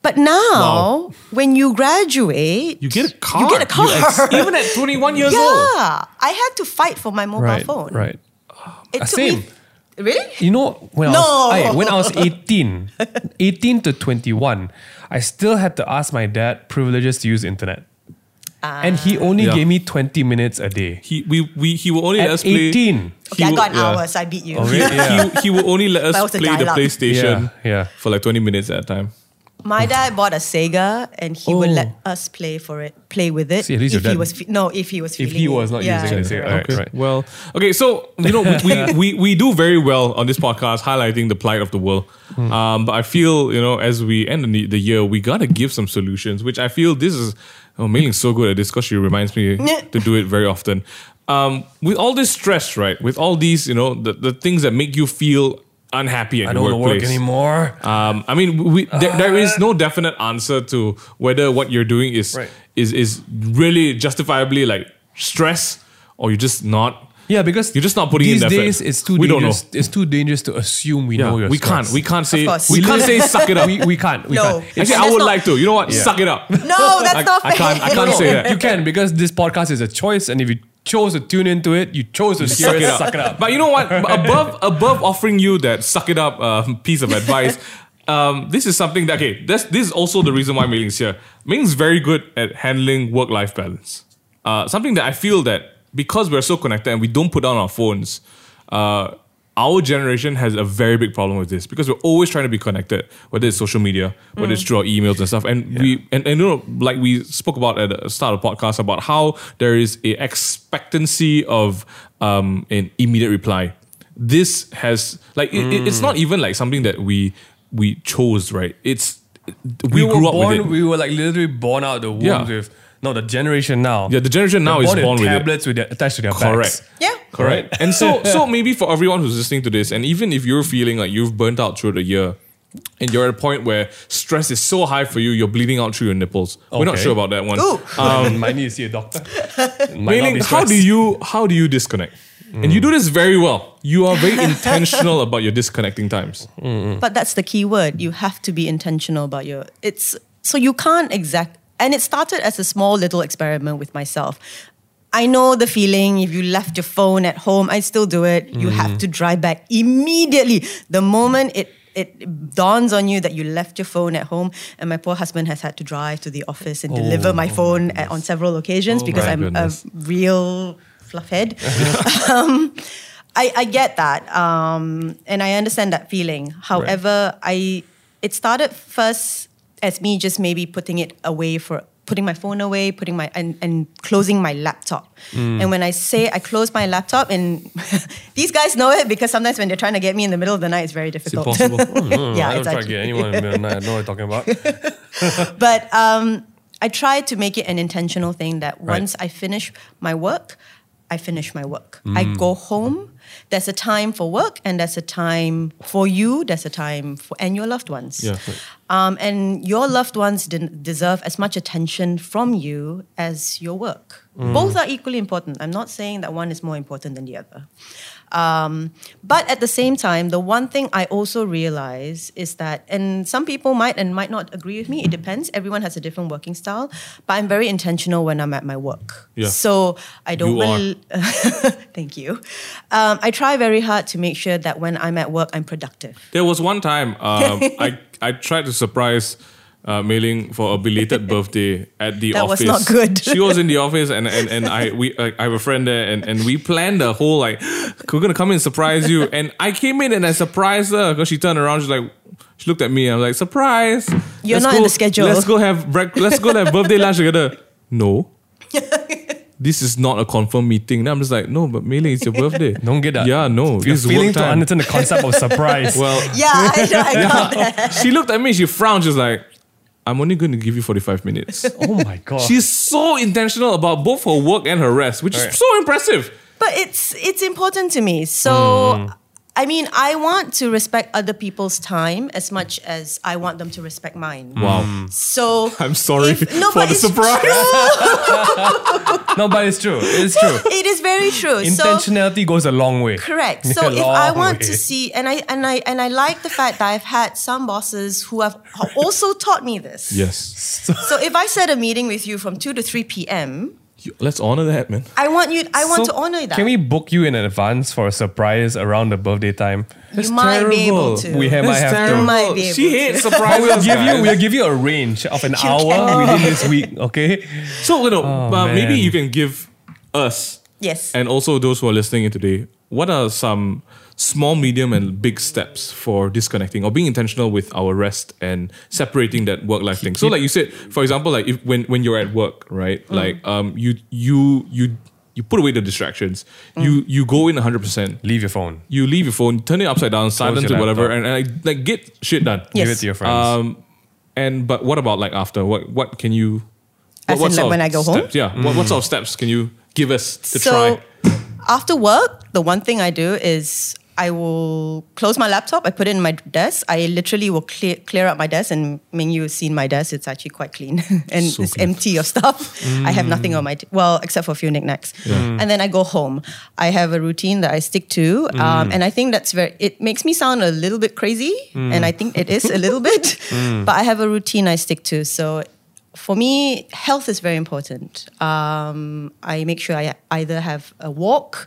But now,
Wow.
when you graduate,
You get a car.
You get a car.
ex- even at 21 years old.
yeah, I had to fight for my mobile
right,
phone.
right.
It
Uh,
took
same.
me. Really?
You know, when, I, was,
No.
I- when I was 18, 18 to 21, I still had to ask my dad privileges to use internet. and he
Ah.
only
Yeah.
gave me 20 minutes a day.
He, we, we, he will only
At
let us play.
18.
he
Okay, I
will-
got an
yeah.
hour, so I beat you.
Oh, really? Yeah.
He, he will only let
That
us
was a
play the
dial-up.
PlayStation
Yeah, yeah.
for like 20 minutes at a time.
My dad bought a Sega, and he would
Oh.
let us play for it, play with it.
See, at least
if
your
he
dad-
was fe- no, if he was
he
feeling
was not using it,
it.
so-
correct.
alright.
Okay. Well, okay. So you know, we, we we do very well on this podcast highlighting the plight of the world.
Hmm.
Um, but I feel you know, as we end the, the year, we gotta give some solutions. Which I feel this is. Oh, Mailing's so good at this because she reminds me to do it very often. Um, with all this stress, right? With all these, you know, the, the things that make you feel unhappy at
I
your
don't want to
workplace.
work anymore.
Um, I mean, we, there, there is no definite answer to whether what you're doing is
Right.
is is really justifiably like stress or you're just not.
Yeah, because
You're just not putting in
these
the effort.
days it's too
We don't know.
dangerous. It's too dangerous to assume we know
Yeah,
your
we can't.
strengths.
We can't say.
Of course.
We
We
can't say suck it up.
we, we can't. We
No.
can't.
And
Actually,
that's
I would
not-
like to. You know what?
Yeah.
Suck it up.
No, that's
I,
not fair.
I can't. I
No,
can't
no,
say that.
You can because this podcast is a choice, and if you chose to tune into it, you chose to hear
Suck it, up.
Suck it up.
But you know what? Above above offering you that suck it up uh, piece of advice, um, this is something that okay. This this is also the reason why Ming's here. Ming's very good at handling work life balance. Uh, something that I feel that because we're so connected and we don't put down our phones, uh, our generation has a very big problem with this because we're always trying to be connected, whether it's social media, whether it's through our emails and stuff. And we and, and you know, like we spoke about at the start of the podcast about how there is a expectancy of um, an immediate reply. This has like it, it-
Mm.
it's not even like something that we we chose, right? It's we,
were
grew up
born.
with it.
We were like literally born out of the womb
Yeah.
with. No, the generation now.
yeah, the generation now is
born,
born
with
with it.
tablets with their, attached to their
Correct.
backs.
Yeah.
Correct. And so, so maybe for everyone who's listening to this, and even if you're feeling like you've burnt out through the year, and you're at a point where stress is so high for you, you're bleeding out through your nipples. We're not
Okay.
sure about that one.
Ooh.
Um, might need to see a doctor. Might not
Mei Ling,
be
how
stressed.
do you how do you disconnect? And you do this very well. You are very intentional about your disconnecting times.
But that's the key word. You have to be intentional about your. It's so you can't exact. And it started as a small little experiment with myself. I know the feeling if you left your phone at home, I still do it. You
Mm.
have to drive back immediately. The moment it it dawns on you that you left your phone at home, and my poor husband has had to drive to the office and
Oh,
deliver my phone at, on several occasions because
my
I'm
goodness.
a real fluffhead. um, I, I get that, um, and I understand that feeling. However, I it started first as me just maybe putting it away for putting my phone away, putting my and, and closing my laptop.
Hmm.
And when I say I close my laptop, and these guys know it because sometimes when they're trying to get me in the middle of the night, it's very difficult.
impossible.
yeah,
Hmm, I don't
it's
try
actually-
to get anyone. in the middle of the night. I know what you're talking about.
but um, I try to make it an intentional thing that once I finish my work, I finish my work. I
Mm.
go home. There's a time for work, and there's a time for you. There's a time for and your loved ones.
Yeah, right.
Um, and your loved ones de- deserve as much attention from you as your work.
Mm.
Both are equally important. I'm not saying that one is more important than the other. Um, but at the same time, the one thing I also realize is that, and some people might and might not agree with me, it depends. Everyone has a different working style, but I'm very intentional when I'm at my work.
Yeah.
So I don't
You are.
rel- Thank you. Um, I try very hard to make sure that when I'm at work, I'm productive.
There was one time um, I I tried to surprise uh, Mei Ling for a belated birthday at the
That was
office.
not good.
she was in the office, and and, and I we I I have a friend there, and, and we planned the whole like we're gonna come in and surprise you, and I came in and I surprised her because she turned around, she's like. She looked at me. and I'm like, surprise!
You're
Let's
not
go,
in the schedule."
Let's go have break. Let's go have birthday lunch together. No, this is not a confirmed meeting. Then I'm just like, no, but Mei Ling, it's your birthday.
Don't get that.
Yeah, no,
You're
this is
failing
work
to
time.
understand the concept of surprise.
well,
Yeah, I, know, I got that.
she looked at me, she frowned, she's like, I'm only going to give you 45 minutes.
oh my god.
She's so intentional about both her work and her rest, which is
Right.
so impressive. Mm.
But it's it's important to me. So I mean, I want to respect other people's time as much as I want them to respect mine.
Wow.
So
I'm sorry
if- no,
for
but
the
it's
surprise.
No, but it's true. It's true.
It is very true. So
Intentionality goes a long way.
Correct.
Yeah,
So if I
long
want
way.
to see, and I and I and I like the fact that I've had some bosses who have also taught me this.
yes.
So if I set a meeting with you from two to three p.m.,
You- Let's honor that, man.
I want you. I want
So
to honor that.
Can we book you in advance for a surprise around the birthday time?
you might be able to.
We have- might
That's
have to.
terrible.
Might be
She
able
hates surprises.
We'll give you
guys.
we'll give you a range of an
You
hour
can.
within this week, okay?
So, you know, uh,
Oh, man.
maybe you can give us
yes.
and also those who are listening in today, what are some small, medium, and big steps for disconnecting or being intentional with our rest and separating that work-life thing? So, like you said, for example, like if when when you're at work, right?
Mm.
Like um, you you you you put away the distractions.
Mm.
You you go in 100. percent
Leave your phone.
You leave your phone, turn it upside down, silence
your
it, whatever,
laptop.
and, and like, like get shit done.
Yes.
Give it to your friends.
Um, and but what about like after? What what can you?
As in, like,
sort of
when I go home? Mm.
steps- Yeah. What, what sort of steps can you give us to
so
try?
after work, the one thing I do is I will close my laptop. I put it in my desk. I literally will clear clear up my desk. And Ming, you've seen my desk. It's actually quite clean and
So
it's
clean.
empty of stuff. I have nothing on my t- well, except for a few knickknacks. And then I go home. I have a routine that I stick to,
Mm.
um, and I think that's very. It makes me sound a little bit crazy,
Mm.
and I think it is a little bit. But I have a routine I stick to. So for me, health is very important. Um, I make sure I either have a walk,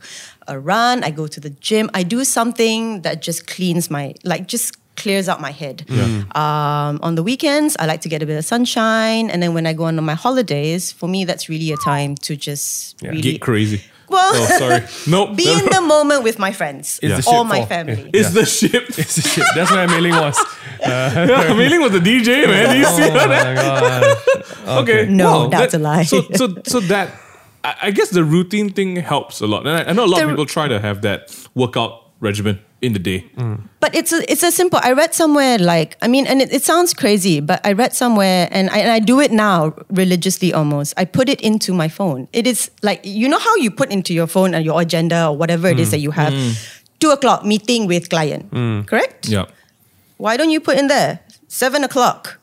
a run, I go to the gym, I do something that just cleans my, like, just clears out my head.
Mm.
Um, on the weekends, I like to get a bit of sunshine. And then when I go on my holidays, for me, that's really a time to just really
Get crazy.
Well-
oh, sorry. Nope.
be in the moment with my friends
It's the
or
shit
my
for-
family.
It's the ship.
It's a shit. That's where mailing was.
I'm dealing with the DJ, man. Do you see
Oh
that?
my god.
Okay.
No,
Wow,
that's
that-
a lie.
So, so, so that I, I guess the routine thing helps a lot, and I, I know a lot of
The-
people try to have that workout regimen in the day.
Mm.
But it's a, it's a simple. I read somewhere like I mean, and it, it sounds crazy, but I read somewhere, and I, and I do it now religiously almost. I put it into my phone. It is like you know how you put into your phone and your agenda or whatever
Mm.
it is that you have. Two o'clock meeting with client, correct?
Yeah.
Why don't you put in there seven o'clock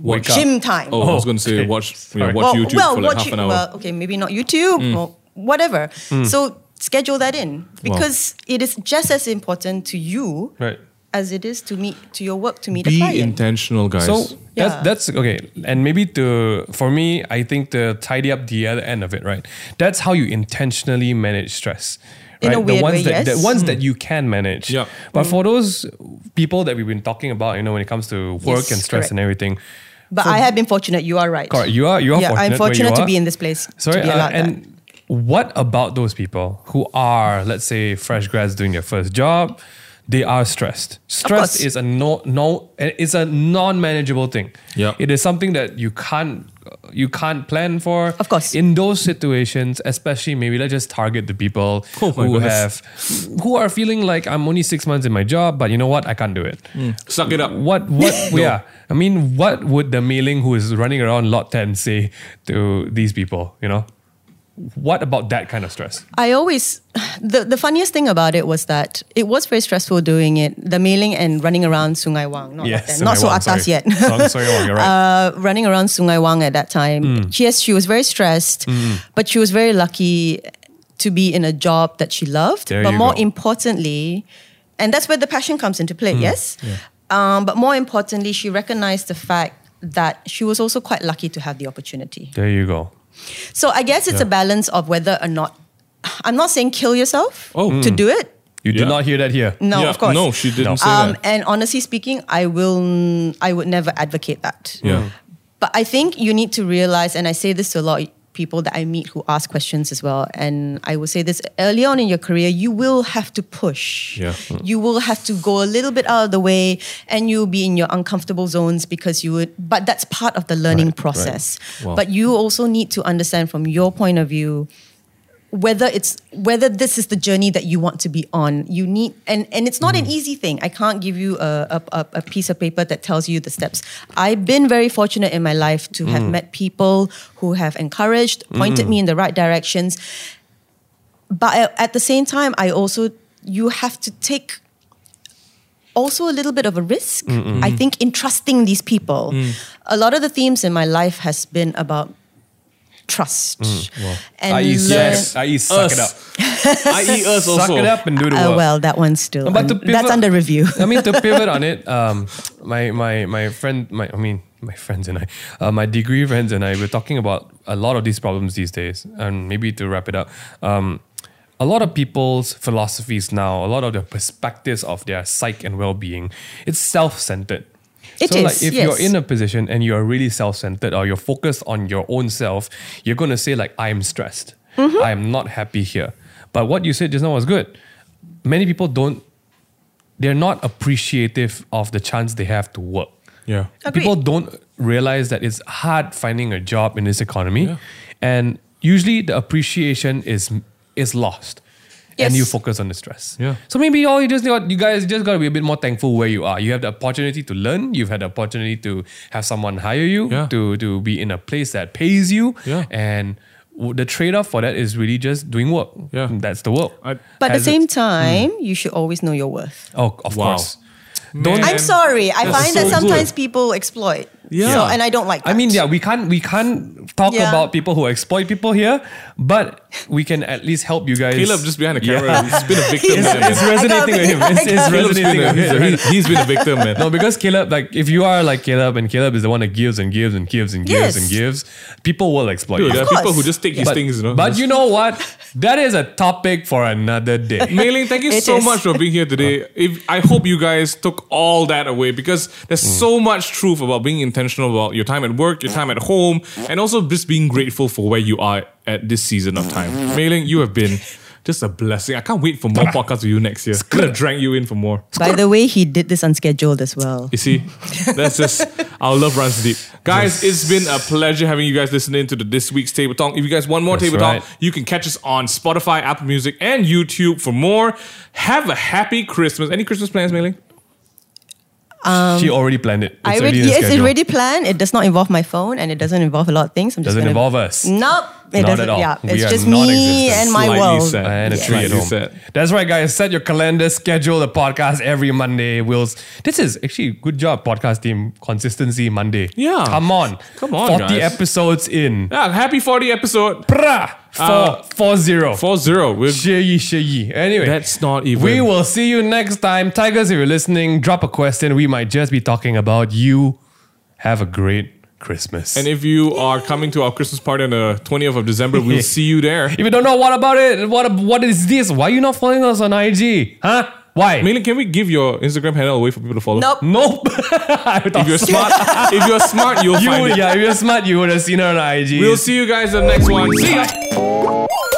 Wake up.
gym time?
Oh, I was going to say
Okay.
watch, yeah,
Sorry.
watch YouTube for like half
you-
an hour. Mm.
Well, okay, maybe not YouTube or whatever. So schedule that in because it is just as important to you
Right.
as it is to meet to your work to meet a
Be
client.
intentional, guys.
So
Yeah.
that's that's okay. And maybe to for me, I think to tidy up the other end of it, right? That's how you intentionally manage stress.
In
Right?
a
the
weird
ones
way,
that
yes. Hmm.
the ones that you can manage.
Yeah.
But for those people that we've been talking about, you know, when it comes to work
Yes,
and stress
correct.
and everything.
But I have been fortunate. You are right.
Correct. You are you are
yeah,
fortunate. where
I'm
you
fortunate to
are.
be in this place.
Sorry,
to be
uh,
allowed that.
and what about those people who are, let's say, fresh grads doing their first job? They are stressed. Stress
course.
is a no, no, it's a non-manageable thing.
Yeah.
it is something that you can't, you can't plan for.
Of course.
in those situations, especially maybe let's just target the people
Oh my
who
goodness.
have, who are feeling like I'm only six months in my job, but you know what, I can't do it.
suck it up.
What what yeah. I mean, what would the mailing who is running around lot 10 say to these people, you know? What about that kind of stress?
I always the, the funniest thing about it was that it was very stressful doing it, the mailing and running around Sungai Wang. Not yes, not so
Sungai Wang, sorry.
atas yet.
Sorry, sorry, Wang, you're right.
uh, running around Sungai Wang at that time.
Hmm.
Yes, she was very stressed, but she was very lucky to be in a job that she loved.
There
but
you
more
go.
importantly, and that's where the passion comes into play,
Hmm.
yes? Um, but more importantly, she recognized the fact that she was also quite lucky to have the opportunity.
there you go.
So I guess it's a balance of whether or not, I'm not saying kill yourself
Oh.
to
Hmm.
do it.
You
Yeah.
did not hear that here.
No,
Yeah,
of course.
No, she didn't
No.
say
um,
that.
and honestly speaking, I will. I would never advocate that.
Yeah.
But I think you need to realize, and I say this to a lot of people that I meet who ask questions as well, and I will say this early on in your career, you will have to push.
Yeah. Mm.
You will have to go a little bit out of the way and you'll be in your uncomfortable zones because you would but that's part of the learning
Right, right.
process.
Wow.
But you also need to understand from your point of view whether it's whether this is the journey that you want to be on you need and and it's not an easy thing i can't give you a, a, a- a piece of paper that tells you the steps i've been very fortunate in my life to have met people who have encouraged pointed me in the right directions but I- at the same time i also you have to take also a little bit of a risk. I think in trusting these people,
Mm.
a lot of the themes in my life has been about trust and
I.e.
learn-
Mm, yes. I.e. suck it up.
I.e. us also.
Suck it up and do the
Uh,
work.
well, that one's still
But to
un-
pivot-
that's under review.
I mean, to pivot on it, um, my my my friend, my I mean, my friends and I, uh, my degree friends and I, we're talking about a lot of these problems these days. And maybe to wrap it up, um, a lot of people's philosophies now, a lot of their perspectives of their psyche and well-being, it's self-centered.
It
so like
is,
if
yes.
you're in a position and you're really self-centered or you're focused on your own self, you're gonna say like, I am stressed.
Mm-hmm.
I am not happy here. But what you said just now was good. Many people don't they're not appreciative of the chance they have to work.
Yeah.
Agreed.
People don't realize that it's hard finding a job in this economy, and usually the appreciation is is lost, and
Yes.
you focus on the stress.
Yeah.
So maybe all you just got, you guys just got to be a bit more thankful where you are. You have the opportunity to learn. You've had the opportunity to have someone hire you
Yeah.
to to be in a place that pays you.
Yeah.
And w- the trade off for that is really just doing work.
Yeah.
That's the work.
I-
But at the
Has it- Mm.
same time, you should always know your worth.
Oh, of
Wow.
course.
Man.
I'm sorry. I
That's
find
so
that sometimes
good.
people exploit.
Yeah.
So, and I don't like that.
I mean, yeah, we can't we can't talk
Yeah.
about people who exploit people here, but we can at least help you guys.
Caleb just behind the
Yeah.
camera. He's been a victim.
He's-
man.
It's resonating with him. It's, it's
Caleb's been
resonating
a-
with
he's,
him.
a, he's- he's been a victim, man.
No, because Caleb, like, if you are like Caleb, and Caleb is the one that gives and gives and gives and gives
Yes.
and gives, people will exploit.
Dude,
you.
there are
course.
people who just take these
but,
things, you know.
but
just-
you know what? That is a topic for another day.
Mei Ling, thank you
It
so
is.
much for being here today. If, I hope you guys took all that away because there's so much truth about being intentional about your time at work, your time at home, and also just being grateful for where you are at this season of time. Mei Ling, you have been just a blessing. I can't wait for more podcasts with you next year. Could have drank you in for more.
By the way, he did this unscheduled as well.
You see, that's just our love runs deep, guys. It's been a pleasure having you guys listen into the, this week's table talk. If you guys want more
That's
table
right.
talk, you can catch us on Spotify, Apple Music, and YouTube for more. Have a happy Christmas. Any Christmas plans, Mailing?
she already planned it. It's
Um, I
already
already,
in the
yes, it's
schedule.
already planned. It does not involve my phone and it doesn't involve a lot of things. I'm just
doesn't
gonna-
involve us.
Nope. It
Not at
doesn't.
all.
Yeah.
We
it's
are
just me
non-existent.
and my
Slightly
world.
sad.
and a
Yes.
tree at
Slightly
home.
sad.
That's right, guys. Set your calendar, schedule the podcast every Monday. We'll. This is actually good job, podcast team. Consistency Monday.
Yeah.
Come on.
Come on,
Forty
guys.
episodes in.
Yeah, Ah, happy 40 episode.
Pra four
Uh,
four zero.
4-0. We're
Shayi, shayi. Anyway,
That's not even-
We will see you next time, Tigers. If you're listening, drop a question. We might just be talking about you. Have a great Christmas.
And if you are coming to our Christmas party on the 20th of December, we'll see you there.
if you don't know what about it, what what is this? Why are you not following us on IG? Huh? Why?
Mailing, can we give your Instagram handle away for people to follow?
Nope.
Nope. I thought
If you're smart, if you're smart, you'll
you
find
would,
it.
yeah, if you're smart, you would have seen her on IG.
We'll see you guys in the next one. See ya.
Bye.